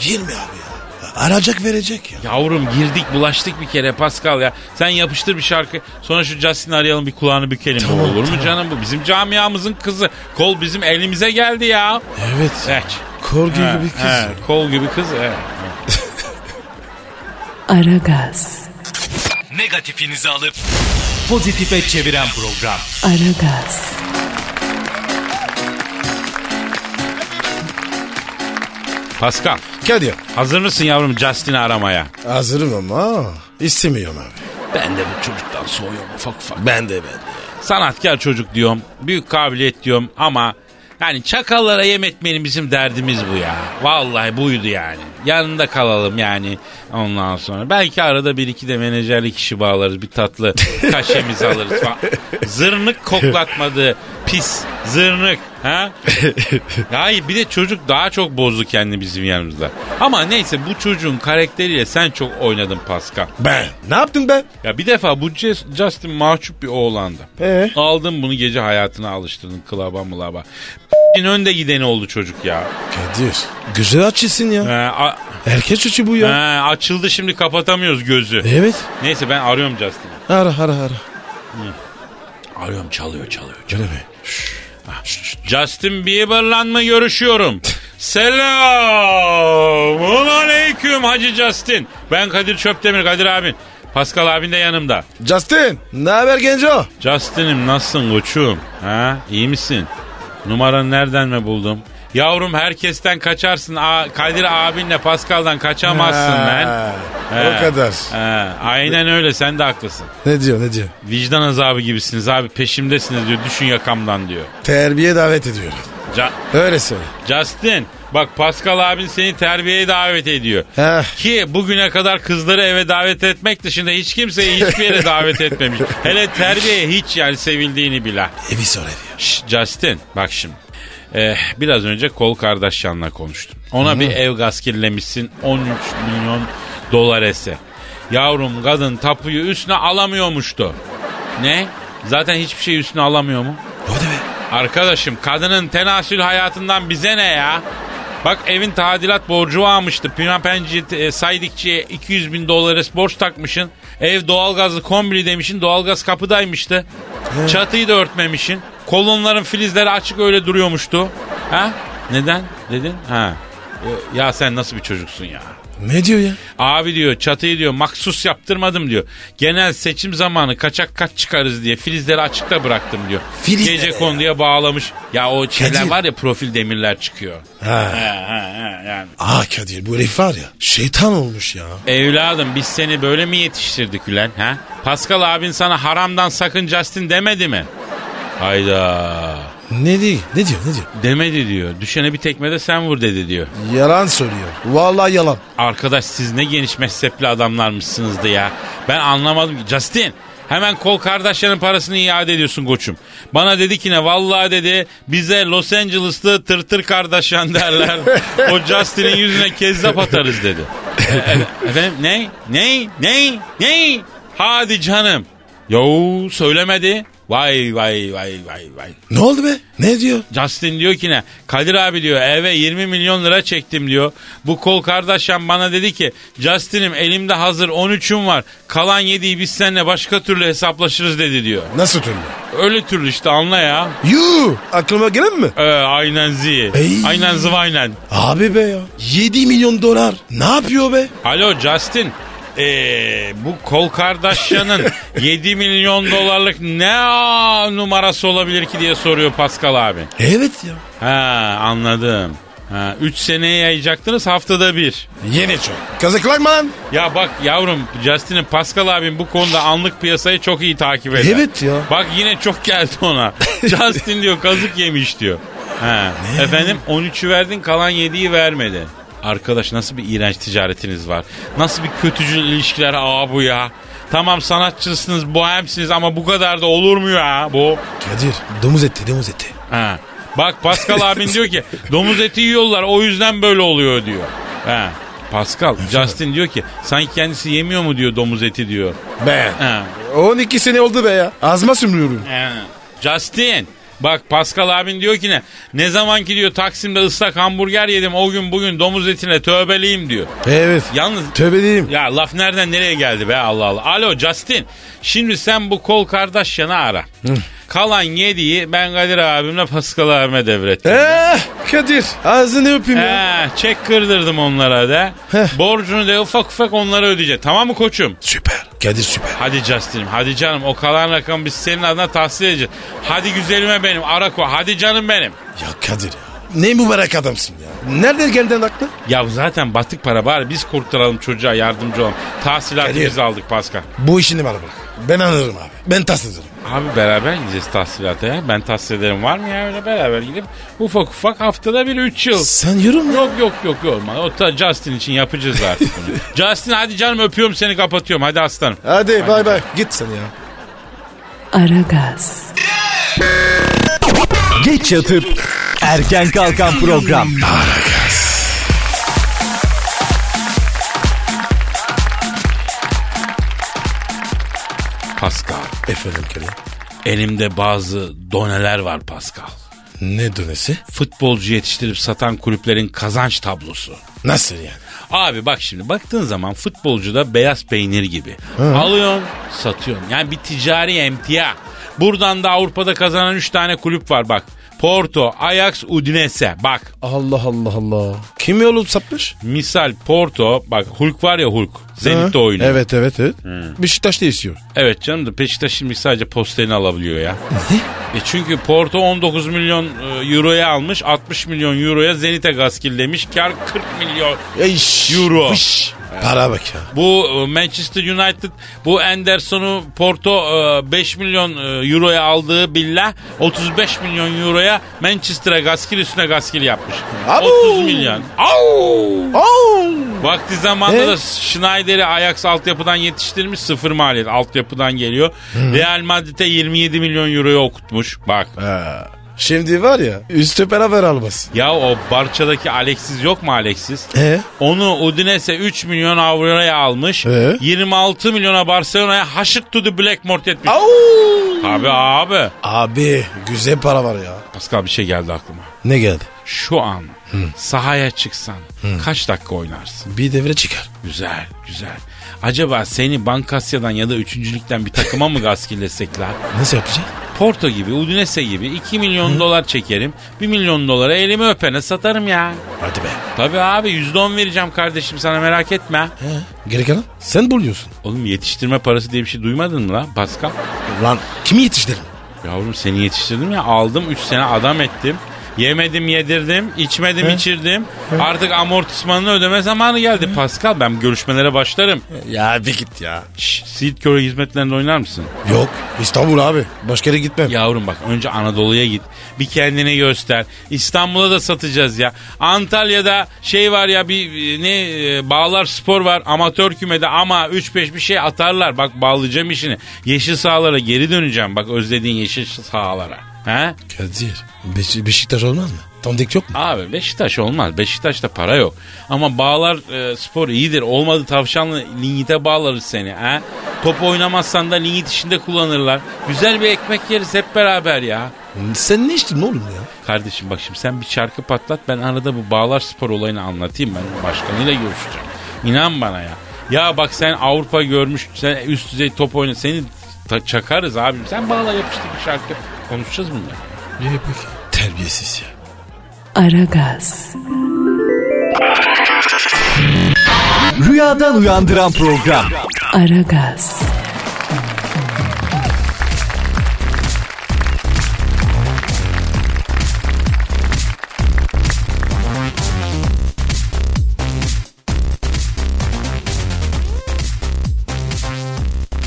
Speaker 4: Girme abi ya. Aracak verecek ya.
Speaker 3: Yavrum girdik bulaştık bir kere Pascal ya. Sen yapıştır bir şarkı sonra şu Justin'i arayalım bir kulağını bükelim. Bu
Speaker 4: Tamam,
Speaker 3: olur mu
Speaker 4: tamam.
Speaker 3: canım bu? Bizim camiamızın kızı. Kol bizim elimize geldi ya. Eh.
Speaker 4: Evet.
Speaker 3: Evet.
Speaker 4: Korku
Speaker 3: Ha,
Speaker 4: gibi kız.
Speaker 3: ha,
Speaker 4: ya.
Speaker 3: kol gibi kız. evet.
Speaker 2: Aragaz,
Speaker 5: Negatifinizi alıp pozitife çeviren program.
Speaker 2: Aragaz,
Speaker 3: Pascal
Speaker 4: Kadir.
Speaker 3: hazır mısın yavrum Justin'i aramaya?
Speaker 4: Hazırım ama istemiyorum abi.
Speaker 3: Ben de bu çocuktan soğuyorum ufak ufak.
Speaker 4: Ben de ben de.
Speaker 3: Sanatkar çocuk diyorum. Büyük kabiliyet diyorum ama yani çakallara yem etmenin bizim derdimiz bu ya. Vallahi buydu yani. Yanında kalalım yani ondan sonra. Belki arada bir iki de menajerlik işi bağlarız. Bir tatlı kaşemizi alırız falan. Zırnık koklatmadı. Pis zırnık. Ha? Hayır bir de çocuk daha çok bozdu kendini bizim yanımızda. Ama neyse bu çocuğun karakteriyle sen çok oynadın Pascal.
Speaker 4: Ben. Ne yaptın ben?
Speaker 3: Ya bir defa bu Jus- Justin mahcup bir oğlandı.
Speaker 4: Ee?
Speaker 3: Aldın bunu gece hayatına alıştırdın klaba mılaba. önde gideni oldu çocuk ya.
Speaker 4: Kadir. Güzel açısın ya.
Speaker 3: Ee, a-
Speaker 4: Erkek çocuğu bu ya.
Speaker 3: ee, açıldı şimdi kapatamıyoruz gözü.
Speaker 4: Evet.
Speaker 3: Neyse ben arıyorum Justin'i.
Speaker 4: Ara ara ara.
Speaker 3: Arıyorum çalıyor çalıyor.
Speaker 4: Göre mi?
Speaker 3: Justin Bieber'la mı görüşüyorum? Selamun aleyküm Hacı Justin. Ben Kadir Çöptemir Kadir abin. Pascal abin de yanımda.
Speaker 4: Justin. Ne haber genco?
Speaker 3: Justin'im nasılsın koçum? Ha? İyi misin? Numaranı nereden mi buldum? Yavrum herkesten kaçarsın. A- Kadir abinle Pascal'dan kaçamazsın lan.
Speaker 4: Ha, O kadar.
Speaker 3: Ha, aynen öyle sen de haklısın.
Speaker 4: Ne diyor ne diyor?
Speaker 3: Vicdan azabı gibisiniz abi peşimdesiniz diyor. Düşün yakamdan diyor.
Speaker 4: Terbiye davet ediyorum.
Speaker 3: Ca-
Speaker 4: Öyle söyle.
Speaker 3: Justin bak Pascal abin seni terbiyeye davet ediyor.
Speaker 4: Heh.
Speaker 3: Ki bugüne kadar kızları eve davet etmek dışında hiç kimseyi hiçbir yere davet etmemiş. Hele terbiye hiç yani sevildiğini bile.
Speaker 4: Evi sor evi.
Speaker 3: Şş, Justin bak şimdi. Eh, biraz önce kol Kardashian'la konuştum. Ona bir ev gaz kirlemişsin 13 milyon dolar ese. Yavrum kadın tapuyu üstüne alamıyormuştu. Ne? Zaten hiçbir şey üstüne alamıyor mu?
Speaker 4: O da be.
Speaker 3: Arkadaşım kadının tenasül hayatından bize ne ya? Bak evin tadilat borcu varmıştı. Pünapenci e, saydıkçıya 200 bin dolara borç takmışın. Ev doğalgazlı kombili demişin. Doğalgaz kapıdaymıştı. Çatıyı da örtmemişin. Kolonların filizleri açık öyle duruyormuştu. Ha? Neden dedin? Ha. E, Ya sen nasıl bir çocuksun ya?
Speaker 4: Ne diyor ya?
Speaker 3: Abi diyor çatıyı diyor maksus yaptırmadım diyor. Genel seçim zamanı kaçak kaç çıkarız diye filizleri açıkta bıraktım diyor.
Speaker 4: Filizlere
Speaker 3: Gece
Speaker 4: ya.
Speaker 3: konuya bağlamış. Ya o şeyler
Speaker 4: Kadir.
Speaker 3: var ya profil demirler çıkıyor.
Speaker 4: Ha.
Speaker 3: Ha, ha, ha, yani.
Speaker 4: Ah Kadir bu herif var ya şeytan olmuş ya.
Speaker 3: Evladım biz seni böyle mi yetiştirdik ulan ha? Pascal abin sana haramdan sakın Justin demedi mi? Hayda.
Speaker 4: Ne diyor? Ne diyor? Ne diyor?
Speaker 3: Demedi diyor. Düşene bir tekmede sen vur dedi diyor.
Speaker 4: Yalan söylüyor. Vallahi yalan.
Speaker 3: Arkadaş siz ne geniş mezhepli adamlarmışsınızdı ya. Ben anlamadım ki. Justin hemen kol kardeşlerin parasını iade ediyorsun koçum. Bana dedi ki ne vallahi dedi bize Los Angeles'lı tırtır kardeşen derler. o Justin'in yüzüne kezzap atarız dedi. E, e, efendim ne? Ne? Ne? Ne? Hadi canım. Yo söylemedi. Vay vay vay vay vay.
Speaker 4: Ne oldu be? Ne diyor?
Speaker 3: Justin diyor ki ne? Kadir abi diyor eve 20 milyon lira çektim diyor. Bu kol kardeşim bana dedi ki Justin'im elimde hazır 13'üm var. Kalan 7'yi biz seninle başka türlü hesaplaşırız dedi diyor.
Speaker 4: Nasıl türlü?
Speaker 3: Öyle türlü işte anla ya.
Speaker 4: Yuu aklıma gelen mi?
Speaker 3: Ee, aynen zi.
Speaker 4: Ey.
Speaker 3: Aynen zıvaynen.
Speaker 4: Abi be ya. 7 milyon dolar. Ne yapıyor be?
Speaker 3: Alo Justin. Ee, bu kol Kardashian'ın 7 milyon dolarlık ne aa numarası olabilir ki diye soruyor Pascal abi.
Speaker 4: Evet ya.
Speaker 3: Ha anladım. Ha, 3 seneye yayacaktınız haftada bir.
Speaker 4: Yeni çok. Kazaklarman.
Speaker 3: Ya bak yavrum Justin'in Pascal abim bu konuda anlık piyasayı çok iyi takip eder.
Speaker 4: Evet ya.
Speaker 3: Bak yine çok geldi
Speaker 4: <laughs>
Speaker 3: ona. Justin diyor kazık yemiş diyor. Ha. Efendim 13'ü verdin kalan 7'yi vermedi. Arkadaş nasıl bir iğrenç ticaretiniz var. Nasıl bir kötücül ilişkiler aa bu ya. Tamam sanatçısınız, bohemsiniz ama bu kadar da olur mu ya bu?
Speaker 4: Kadir domuz eti domuz eti.
Speaker 3: Ha. Bak Pascal abin diyor ki domuz eti yiyorlar o yüzden böyle oluyor diyor. Ha. Pascal, Justin diyor ki sanki kendisi yemiyor mu diyor domuz eti diyor.
Speaker 4: Ben.
Speaker 3: Ha.
Speaker 4: 12 sene oldu be ya. Azma sümrüyorum.
Speaker 3: Ha. Justin bak Pascal abin diyor ki ne ne zaman ki diyor Taksim'de ıslak hamburger yedim o gün bugün domuz etine tövbeliyim diyor.
Speaker 4: Evet.
Speaker 3: Yalnız
Speaker 4: Tövbeliyim.
Speaker 3: ya laf nereden nereye geldi be Allah Allah. Alo Justin. Şimdi sen bu kol kardeş yana ara. Kalan yediği ben Kadir abimle Pascal abime devrettim.
Speaker 4: Eh Kadir ağzını öpeyim ya.
Speaker 3: He, çek kırdırdım onlara da.
Speaker 4: Heh.
Speaker 3: Borcunu da ufak ufak onlara ödeyecek. Tamam mı koçum?
Speaker 4: Süper. Kadir süper.
Speaker 3: Hadi Justin'im hadi canım o kalan rakamı biz senin adına tahsil edeceğiz. Hadi güzelime benim Arako hadi canım benim.
Speaker 4: Ya Kadir ya. Ne mübarek adamsın ya. Nereden geldin aklı?
Speaker 3: Ya zaten battık para bari biz kurtaralım çocuğa yardımcı olalım. Tahsilatı
Speaker 4: Kadir.
Speaker 3: biz aldık Pascal.
Speaker 4: Bu işini bana bırak. Ben anlarım abi. Ben taslarım.
Speaker 3: Abi beraber gideceğiz tahsilata ya. Ben tahsil ederim var mı ya öyle beraber gidip ufak ufak haftada bir 3 yıl.
Speaker 4: Sen yorum ya.
Speaker 3: Yok yok yok yok. O ta Justin için yapacağız artık
Speaker 4: <laughs>
Speaker 3: bunu. Justin hadi canım öpüyorum seni kapatıyorum. Hadi aslanım.
Speaker 4: Hadi bay bay. Git sen ya.
Speaker 2: Aragaz,
Speaker 5: Geç yatıp erken kalkan program.
Speaker 3: Pascal.
Speaker 4: Efendim Kadir.
Speaker 3: Elimde bazı doneler var Pascal.
Speaker 4: Ne dönesi?
Speaker 3: Futbolcu yetiştirip satan kulüplerin kazanç tablosu.
Speaker 4: Nasıl yani?
Speaker 3: Abi bak şimdi baktığın zaman futbolcu da beyaz peynir gibi. Alıyorsun satıyorsun. Yani bir ticari emtia. Buradan da Avrupa'da kazanan 3 tane kulüp var bak. Porto, Ajax, Udinese. Bak
Speaker 4: Allah Allah Allah. Kim yolu <laughs> sapmış?
Speaker 3: misal Porto bak Hulk var ya Hulk. Zenit'te oynuyor. Evet.
Speaker 4: Evet evet evet. Beşiktaş da istiyor.
Speaker 3: canım da Beşiktaş şimdi sadece posterini alabiliyor ya. E çünkü Porto 19 milyon e, euroya almış 60 milyon euroya Zenit'e gaskillemiş. Kar 40 milyon
Speaker 4: Eş.
Speaker 3: Euro.
Speaker 4: Eş. Para bak ya.
Speaker 3: Bu e, Manchester United bu Anderson'u Porto e, 5 milyon e, euroya aldığı billah 35 milyon euroya Manchester'a gaskil üstüne gaskil yapmış.
Speaker 4: Abu!
Speaker 3: 30 milyon. Au!
Speaker 4: Oo.
Speaker 3: Vakti zamanında
Speaker 4: E?
Speaker 3: da Schneider'i Ajax altyapıdan yetiştirmiş sıfır maliyet altyapıdan geliyor. Real Madrid'e 27 milyon euroya okutmuş. Bak.
Speaker 4: Ha. Şimdi var ya üstü beraber almaz.
Speaker 3: Ya o Barça'daki Alexis yok mu Alexis?
Speaker 4: E?
Speaker 3: Onu Udinese 3 milyon avroya almış.
Speaker 4: E?
Speaker 3: 26 milyona Barcelona'ya haşık to the Blackmore etmiş.
Speaker 4: Au.
Speaker 3: Abi abi.
Speaker 4: Abi güzel para var ya.
Speaker 3: Pascal bir şey geldi aklıma.
Speaker 4: Ne geldi?
Speaker 3: Şu an sahaya çıksan kaç dakika oynarsın?
Speaker 4: Bir devre çıkar.
Speaker 3: Güzel güzel. Acaba seni Bankasya'dan ya da üçüncülükten bir takıma mı gaskillesek lan?
Speaker 4: Nasıl yapacağız?
Speaker 3: Porto gibi, Udinese gibi 2 milyon dolar çekerim. 1 milyon dolara elimi öpene satarım ya.
Speaker 4: Hadi be.
Speaker 3: Tabii abi %10 vereceğim kardeşim sana merak etme.
Speaker 4: He. Geri kalan sen buluyorsun.
Speaker 3: Oğlum yetiştirme parası diye bir şey duymadın mı lan Pascal?
Speaker 4: Lan kimi yetiştirin?
Speaker 3: Yavrum seni yetiştirdim ya aldım 3 sene adam ettim. Yemedim yedirdim, içmedim içirdim. Artık amortismanını ödeme zamanı geldi Pascal. Ben görüşmelere başlarım.
Speaker 4: Ya bir git ya.
Speaker 3: Şşş, Sid Curry hizmetlerinde oynar mısın?
Speaker 4: Yok İstanbul abi. Başka yere gitmem.
Speaker 3: Yavrum bak önce Anadolu'ya git. Bir kendini göster. İstanbul'a da satacağız ya. Antalya'da şey var ya bir e, ne e, Bağlar Spor var. Amatör kümede ama 3-5 bir şey atarlar. Bak bağlayacağım işini. Yeşil sahalara geri döneceğim. Bak özlediğin yeşil sahalara. He?
Speaker 4: Kadir Beş- Beşiktaş olmaz mı? Tanıdık yok mu?
Speaker 3: Abi Beşiktaş olmaz. Beşiktaş'ta para yok. Ama Bağlar e, Spor iyidir. Olmadı tavşanlı linyite bağlarız seni. He? Top oynamazsan da linyit işinde kullanırlar. Güzel bir ekmek yeriz hep beraber ya.
Speaker 4: Sen ne içtin oğlum ya?
Speaker 3: Kardeşim bak şimdi sen bir çarkı patlat ben arada bu bağlar spor olayını anlatayım ben başkanıyla görüşeceğim. İnan bana ya. Ya bak sen Avrupa görmüş sen üst düzey top oyna seni ta- çakarız abim. Sen bağla yapıştır bir şarkı konuşacağız bunları.
Speaker 4: Terbiyesiz ya.
Speaker 2: Aragaz,
Speaker 5: Rüyadan uyandıran program.
Speaker 2: Aragaz,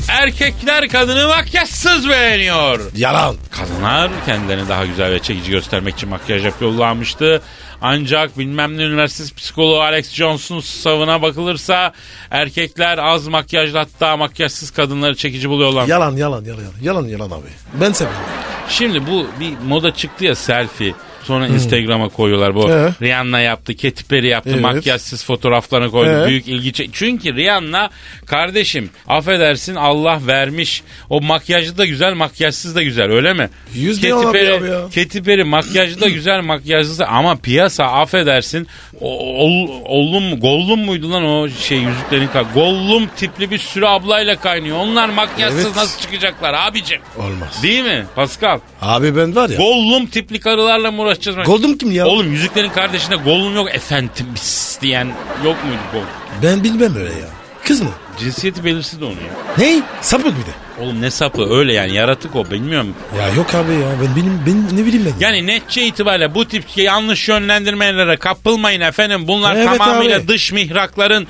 Speaker 3: Erkekler kadını makyajsız beğeniyor.
Speaker 4: Yalan.
Speaker 3: Kadınlar kendilerini daha güzel ve çekici göstermek için makyaj yapıyorlarmıştı. Ancak bilmem ne üniversitesi psikoloğu Alex Johnson savına bakılırsa erkekler az makyajlı hatta makyajsız kadınları çekici buluyorlar.
Speaker 4: Yalan yalan yalan yalan. Yalan yalan abi. Ben seviyorum.
Speaker 3: Şimdi bu bir moda çıktı ya selfie. Sonra
Speaker 4: Hmm.
Speaker 3: Instagram'a koyuyorlar bu.
Speaker 4: Ee?
Speaker 3: Rihanna yaptı, Katy Perry yaptı,
Speaker 4: Evet.
Speaker 3: makyajsız fotoğraflarını koydu.
Speaker 4: Ee?
Speaker 3: Büyük ilgi çek. Çünkü Rihanna kardeşim affedersin Allah vermiş. O makyajlı da güzel, makyajsız da güzel öyle mi?
Speaker 4: Yüz
Speaker 3: Katy
Speaker 4: milyon abi
Speaker 3: Perry-
Speaker 4: abi ya.
Speaker 3: Katy Perry makyajlı da güzel, makyajsız da ama piyasa affedersin. o- Ol, ollum mu, gollum muydu lan o şey yüzüklerin ka- Gollum tipli bir sürü ablayla kaynıyor. Onlar makyajsız
Speaker 4: Evet.
Speaker 3: nasıl çıkacaklar abicim?
Speaker 4: Olmaz.
Speaker 3: Değil mi Pascal?
Speaker 4: Abi ben var ya.
Speaker 3: Gollum tipli karılarla mı uğraşacağız?
Speaker 4: Goldum kim ya?
Speaker 3: Oğlum yüzüklerin kardeşinde Gollum yok efendim pis diyen yok muydu Gollum?
Speaker 4: Ben bilmem öyle ya. Kız mı?
Speaker 3: Cinsiyeti belirsiz de onu ya.
Speaker 4: Ney? Sapık bir de.
Speaker 3: Oğlum ne sapı öyle yani yaratık o bilmiyorum.
Speaker 4: Ya yok abi ya. Ben benim, ben ne bileyim ben.
Speaker 3: Yani netçe itibariyle bu tip şey yanlış yönlendirmelere kapılmayın efendim. Bunlar
Speaker 4: Evet
Speaker 3: tamamıyla
Speaker 4: abi.
Speaker 3: dış mihrakların,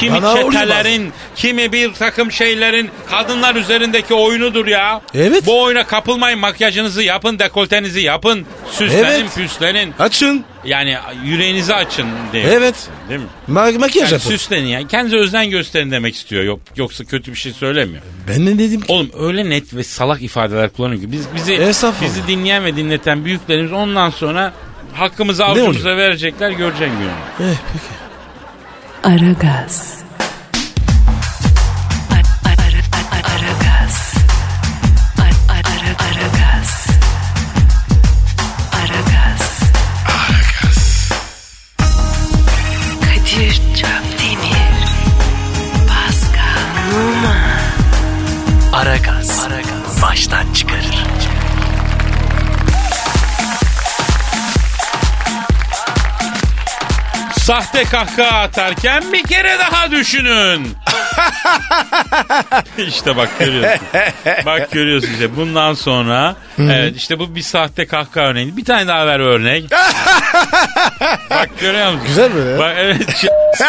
Speaker 3: kimi
Speaker 4: Bana oluyor
Speaker 3: çetelerin, kimi bir takım şeylerin kadınlar üzerindeki oyunudur ya.
Speaker 4: Evet.
Speaker 3: Bu oyuna kapılmayın makyajınızı yapın, dekoltenizi yapın. Süslenin
Speaker 4: Evet.
Speaker 3: püslenin.
Speaker 4: Açın.
Speaker 3: Yani yüreğinizi açın diye.
Speaker 4: Evet.
Speaker 3: Değil mi?
Speaker 4: Ma-
Speaker 3: Yani
Speaker 4: makyaj yapın.
Speaker 3: süslenin yani. Kendinize özden gösterin demek istiyor. Yok, yoksa kötü bir şey söylemiyor.
Speaker 4: Ben ne dedim ki?
Speaker 3: Oğlum öyle net ve salak ifadeler kullanıyor ki biz bizi
Speaker 4: Estağfurullah.
Speaker 3: bizi dinleyen ve dinleten büyüklerimiz ondan sonra hakkımızı
Speaker 4: oluyor?
Speaker 3: avucumuza verecekler göreceğin günü.
Speaker 4: Eh, peki.
Speaker 2: Aragaz. Aragaz. Aragaz. Aragaz. Kadir Çöptemir. Pascal Numa.
Speaker 1: Aragaz. Baştan çıkarır.
Speaker 3: Sahte kahkaha atarken bir kere daha
Speaker 4: <laughs>
Speaker 3: düşünün. işte bak görüyorsun. bak görüyorsun işte bundan sonra evet işte bu bir sahte kahkaha örneği. Bir tane daha ver örnek.
Speaker 4: <laughs>
Speaker 3: bak görüyor musun?
Speaker 4: Güzel böyle ya.
Speaker 3: Bak evet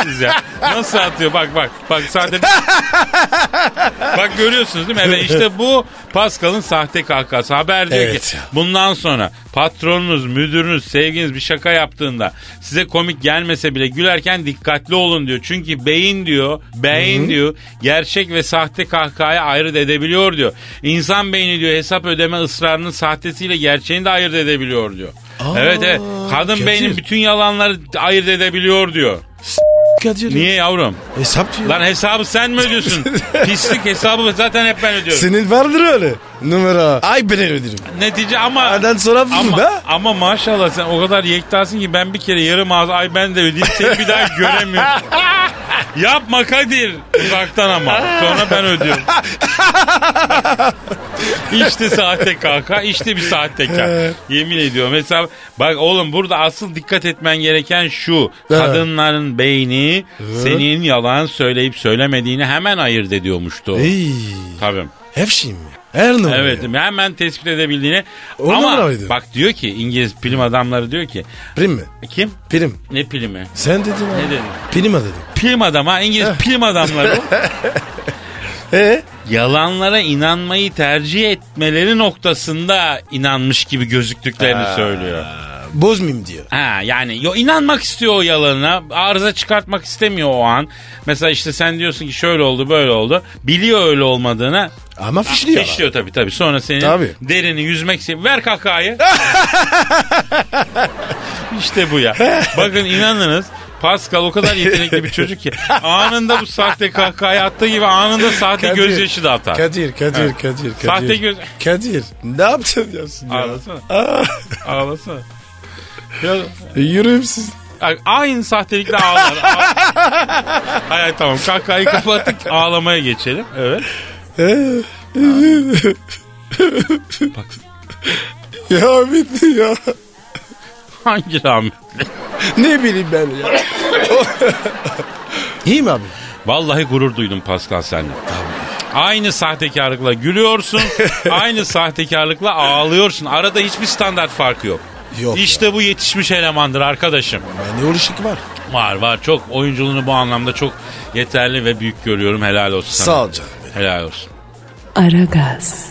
Speaker 3: siz ya. Nasıl atıyor bak bak. Bak sahte Bak görüyorsunuz değil mi? Evet işte bu Pascal'ın sahte kahkası. Haber diyor
Speaker 4: Evet
Speaker 3: ki
Speaker 4: ya.
Speaker 3: bundan sonra patronunuz, müdürünüz, sevginiz bir şaka yaptığında size komik gelmese bile gülerken dikkatli olun diyor. Çünkü beyin diyor, beyin diyor gerçek ve sahte kahkahayı ayırt edebiliyor diyor. İnsan beyni diyor hesap ödeme ısrarının sahtesiyle gerçeğini de ayırt edebiliyor diyor. evet evet. Kadın
Speaker 4: Kadir.
Speaker 3: beynin bütün yalanları ayırt edebiliyor diyor.
Speaker 4: Kadir. E,
Speaker 3: Niye yavrum?
Speaker 4: Hesap diyor.
Speaker 3: Lan hesabı sen mi
Speaker 4: <laughs>
Speaker 3: ödüyorsun? Pislik hesabı zaten hep ben ödüyorum.
Speaker 4: Senin vardır öyle. Numara. Ay ben öderim.
Speaker 3: Netice ama...
Speaker 4: Adan sonra bu
Speaker 3: ama,
Speaker 4: be.
Speaker 3: ama maşallah sen o kadar yektasın ki ben bir kere yarım ağız ay ben de ödeyeyim seni bir daha göremiyorum. Yapma Kadir. Uzaktan ama. Sonra ben ödüyorum. işte sahte kaka, işte bir sahte kaka. Yemin ediyorum. Mesela bak oğlum burada asıl dikkat etmen gereken şu. Kadınların beyni senin yalan söyleyip söylemediğini hemen ayırt ediyormuştu.
Speaker 4: Ey.
Speaker 3: Tabii.
Speaker 4: Hepşiyim mi? Her numara.
Speaker 3: Evet hemen tespit edebildiğini.
Speaker 4: O
Speaker 3: Ama
Speaker 4: numaraydı.
Speaker 3: bak diyor ki İngiliz bilim adamları diyor ki
Speaker 4: Prim mi?
Speaker 3: kim?
Speaker 4: Prim.
Speaker 3: Ne pilimi?
Speaker 4: Sen dedin abi.
Speaker 3: Ne dedim?
Speaker 4: Prima dedin.
Speaker 3: Prim adam ha İngiliz
Speaker 4: Eh.
Speaker 3: prim
Speaker 4: <laughs>
Speaker 3: adamları.
Speaker 4: Ee?
Speaker 3: Yalanlara inanmayı tercih etmeleri noktasında inanmış gibi gözüktüklerini söylüyor.
Speaker 4: Bozmayayım diyor.
Speaker 3: Ha yani yo, inanmak istiyor o yalanına. Arıza çıkartmak istemiyor o an. Mesela işte sen diyorsun ki şöyle oldu böyle oldu. Biliyor öyle olmadığını.
Speaker 4: Ama fişliyor.
Speaker 3: Geçiyor tabii tabii. Sonra senin
Speaker 4: Tabii.
Speaker 3: derini yüzmek için ver
Speaker 4: <laughs>
Speaker 3: kakayı. işte bu ya. Bakın inanınız Pascal o kadar yetenekli bir çocuk ki anında bu sahte kahkahayı attığı gibi anında sahte
Speaker 4: Kadir.
Speaker 3: gözyaşı da atar.
Speaker 4: Kadir, Kadir, Kadir, Kadir.
Speaker 3: Sahte göz-
Speaker 4: Kadir, ne yaptın diyorsun ya?
Speaker 3: Ağlasana. Ağlasana.
Speaker 4: Yürüyüm siz.
Speaker 3: Ay- Aynı sahtelikle ağlar. Ağ- Ay, ay, tamam kahkahayı kapattık ağlamaya geçelim. Evet.
Speaker 4: Ya bitti ya.
Speaker 3: Hangi rahmet?
Speaker 4: Ne bileyim
Speaker 3: <laughs>
Speaker 4: ben ya. İyi mi abi?
Speaker 3: Vallahi gurur duydum Pascal senden. Aynı sahtekarlıkla
Speaker 4: <laughs>
Speaker 3: gülüyorsun, aynı sahtekarlıkla ağlıyorsun. Arada hiçbir standart farkı yok.
Speaker 4: Yok
Speaker 3: işte bu yetişmiş elemandır arkadaşım.
Speaker 4: Bende o ışık var.
Speaker 3: Var var çok oyunculuğunu bu anlamda çok yeterli ve büyük görüyorum. Helal olsun sana.
Speaker 4: Sağ ol canım.
Speaker 3: Helal olsun.
Speaker 2: Aragaz.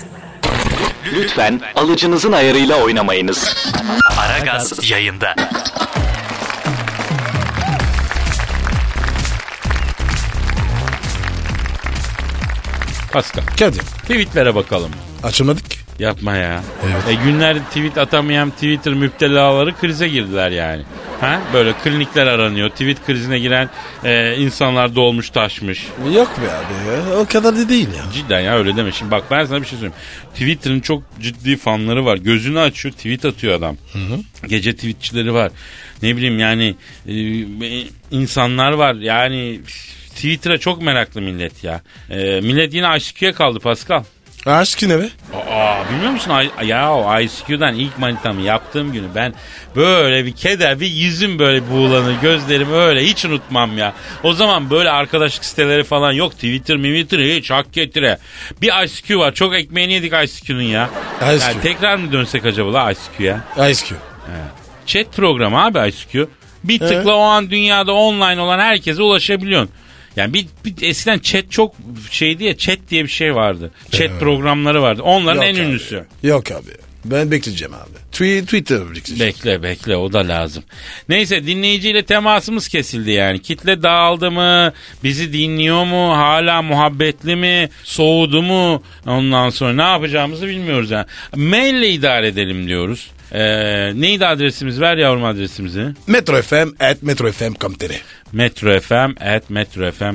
Speaker 1: Lütfen alıcınızın ayarıyla oynamayınız. Aragaz yayında.
Speaker 3: Pascal
Speaker 4: Kadir,
Speaker 3: tweetlere bakalım.
Speaker 4: açılmadık ki.
Speaker 3: Yapma ya.
Speaker 4: Evet.
Speaker 3: E günler tweet atamayan Twitter müptelaları krize girdiler yani. Ha? Böyle klinikler aranıyor. Tweet krizine giren e, insanlar dolmuş taşmış.
Speaker 4: Yok be abi ya. O kadar da değil ya.
Speaker 3: Cidden ya öyle deme. Şimdi bak ben sana bir şey söyleyeyim. Twitter'ın çok ciddi fanları var. Gözünü açıyor tweet atıyor adam. Gece tweetçileri var. Ne bileyim yani e, e, insanlar var. Yani Twitter'a çok meraklı millet ya. E, millet yine ICQ'ya kaldı Pascal.
Speaker 4: Aşk ne be?
Speaker 3: Aa bilmiyor musun? Ay- ya o ICQ'dan ilk manitamı yaptığım günü ben böyle bir keder bir yüzüm böyle buğulanır gözlerim öyle hiç unutmam ya. O zaman böyle arkadaşlık siteleri falan yok Twitter, Twitter hiç hak getire. Bir ICQ var çok ekmeğini yedik ICQ'nun ya.
Speaker 4: ICQ.
Speaker 3: Yani tekrar mı dönsek acaba la ICQ'ya?
Speaker 4: Ice Cube.
Speaker 3: Chat programı abi ICQ. Bir tıkla o an dünyada online olan herkese ulaşabiliyorsun. Yani bir, bir eskiden chat çok şeydi ya chat diye bir şey vardı. Chat programları vardı. Onların
Speaker 4: Yok
Speaker 3: en
Speaker 4: abi.
Speaker 3: ünlüsü.
Speaker 4: Yok abi. Ben bekleyeceğim abi. Twi- Twitter bekleyeceğim.
Speaker 3: Bekle bekle o da lazım. Neyse dinleyiciyle temasımız kesildi yani. Kitle dağıldı mı? Bizi dinliyor mu? Hala muhabbetli mi? Soğudu mu? Ondan sonra ne yapacağımızı bilmiyoruz yani. Maille idare edelim diyoruz. Ee, neydi adresimiz? Ver yavrum adresimizi.
Speaker 4: Metro FM at Metro FM Kamtere.
Speaker 3: metrofm at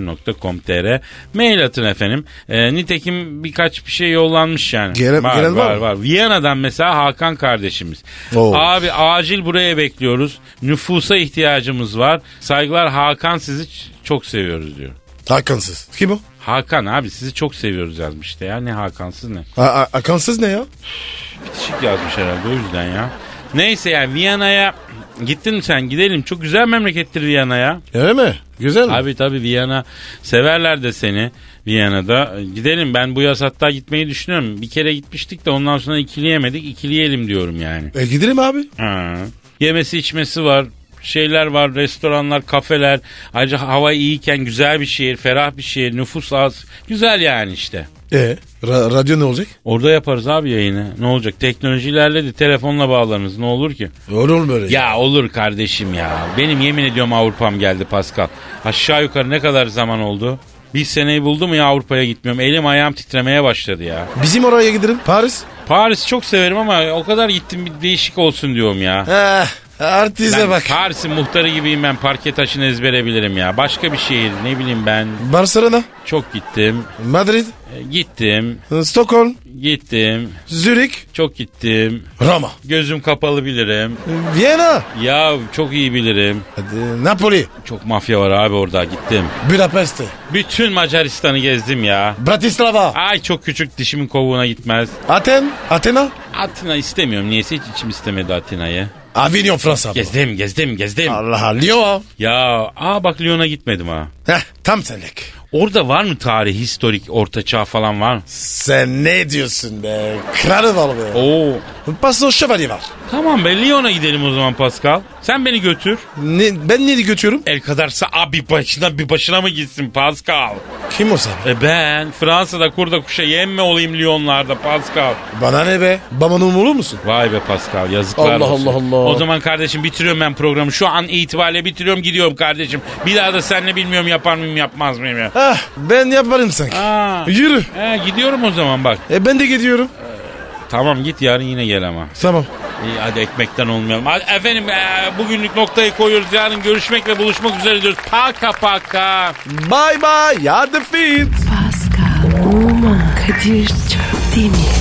Speaker 3: metrofm.com.tr mail atın efendim. Ee, nitekim birkaç bir şey yollanmış yani.
Speaker 4: Gelen-
Speaker 3: var,
Speaker 4: gelen var
Speaker 3: var,
Speaker 4: mı?
Speaker 3: var. Viyana'dan mesela Hakan kardeşimiz.
Speaker 4: Oo.
Speaker 3: Abi acil buraya bekliyoruz. Nüfusa ihtiyacımız var. Saygılar Hakan sizi ç- çok seviyoruz diyor.
Speaker 4: Hakansız. Kim o?
Speaker 3: Hakan abi sizi çok seviyoruz yazmış işte ya. Ne Hakansız ne.
Speaker 4: Ha- ha- Hakansız ne ya?
Speaker 3: Bitişik yazmış herhalde o yüzden ya. Neyse yani Viyana'ya gittin mi sen gidelim. Çok güzel memlekettir Viyana ya.
Speaker 4: Öyle mi? Güzel
Speaker 3: <laughs>
Speaker 4: mi?
Speaker 3: Abi tabii Viyana severler de seni Viyana'da. Gidelim ben bu yaz hatta gitmeyi düşünüyorum. Bir kere gitmiştik de ondan sonra ikiliyemedik. İkileyelim diyorum yani.
Speaker 4: E, gidelim abi.
Speaker 3: Ha. Yemesi içmesi var şeyler var restoranlar kafeler ayrıca hava iyiyken güzel bir şehir ferah bir şehir nüfus az güzel yani işte
Speaker 4: E, ra- radyo ne olacak?
Speaker 3: orada yaparız abi yayını ne olacak teknoloji ilerledi telefonla bağlanırız ne olur ki
Speaker 4: Olur böyle.
Speaker 3: ya olur kardeşim ya. Benim yemin ediyorum Avrupa'm geldi Pascal. Aşağı yukarı ne kadar zaman oldu? Bir seneyi buldu mu ya Avrupa'ya gitmiyorum. Elim ayağım titremeye başladı ya.
Speaker 4: Bizim oraya gidelim. Paris.
Speaker 3: Paris'i çok severim ama o kadar gittim bir değişik olsun diyorum ya.
Speaker 4: Ha, artize
Speaker 3: Ben
Speaker 4: bak.
Speaker 3: Paris'in muhtarı gibiyim ben parke taşını ezbere bilirim ya. Başka bir şehir ne bileyim ben
Speaker 4: Barcelona,
Speaker 3: çok gittim.
Speaker 4: Madrid,
Speaker 3: E, Gittim,
Speaker 4: Stockholm,
Speaker 3: gittim,
Speaker 4: Zürich,
Speaker 3: çok gittim.
Speaker 4: Roma,
Speaker 3: Gözüm kapalı bilirim.
Speaker 4: Viyana,
Speaker 3: Ya çok iyi bilirim.
Speaker 4: hadi, Napoli,
Speaker 3: Çok mafya var abi orada gittim.
Speaker 4: Budapest,
Speaker 3: Bütün Macaristan'ı gezdim ya.
Speaker 4: Bratislava,
Speaker 3: Ay çok küçük dişimin kovuğuna gitmez.
Speaker 4: Aten, Athena,
Speaker 3: Atina istemiyorum. Niyeyse hiç içim istemedi Atina'yı.
Speaker 4: Avignon, Fransa.
Speaker 3: Gezdim gezdim gezdim.
Speaker 4: Allah Lyon.
Speaker 3: Ya aa bak Lyon'a gitmedim ha.
Speaker 4: Heh, tam senlik.
Speaker 3: Orada var mı tarih, historik, ortaçağ falan var mı?
Speaker 4: Sen ne diyorsun be? Kralı var be.
Speaker 3: Oo.
Speaker 4: Paso şövalye var.
Speaker 3: Tamam be Lyon'a gidelim o zaman Pascal. Sen beni götür.
Speaker 4: Ne, ben nereye götürüyorum?
Speaker 3: El kadarsa abi başına bir başına mı gitsin Pascal?
Speaker 4: Kim o sen?
Speaker 3: E ben Fransa'da kurda kuşa yenme olayım Lyon'larda Pascal.
Speaker 4: Bana ne be? Babanın olur musun?
Speaker 3: Vay be Pascal yazıklar
Speaker 4: Allah
Speaker 3: olsun.
Speaker 4: Allah Allah.
Speaker 3: O zaman kardeşim bitiriyorum ben programı. Şu an itibariyle bitiriyorum gidiyorum kardeşim. Bir daha da seninle bilmiyorum yapar mıyım yapmaz mıyım ya.
Speaker 4: Ah, ben yaparım sanki.
Speaker 3: Aa.
Speaker 4: Yürü.
Speaker 3: He, gidiyorum o zaman bak.
Speaker 4: E ben de gidiyorum.
Speaker 3: Tamam git yarın yine gel ama.
Speaker 4: Tamam.
Speaker 3: İyi, hadi ekmekten olmayalım. Hadi efendim e, bugünlük noktayı koyuyoruz. Yarın görüşmek ve buluşmak üzere diyoruz. Paka paka.
Speaker 4: Bye bye. Ya the feet.
Speaker 2: Pascal, Oman, Kadir çok değil mi?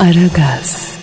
Speaker 2: Aragaz.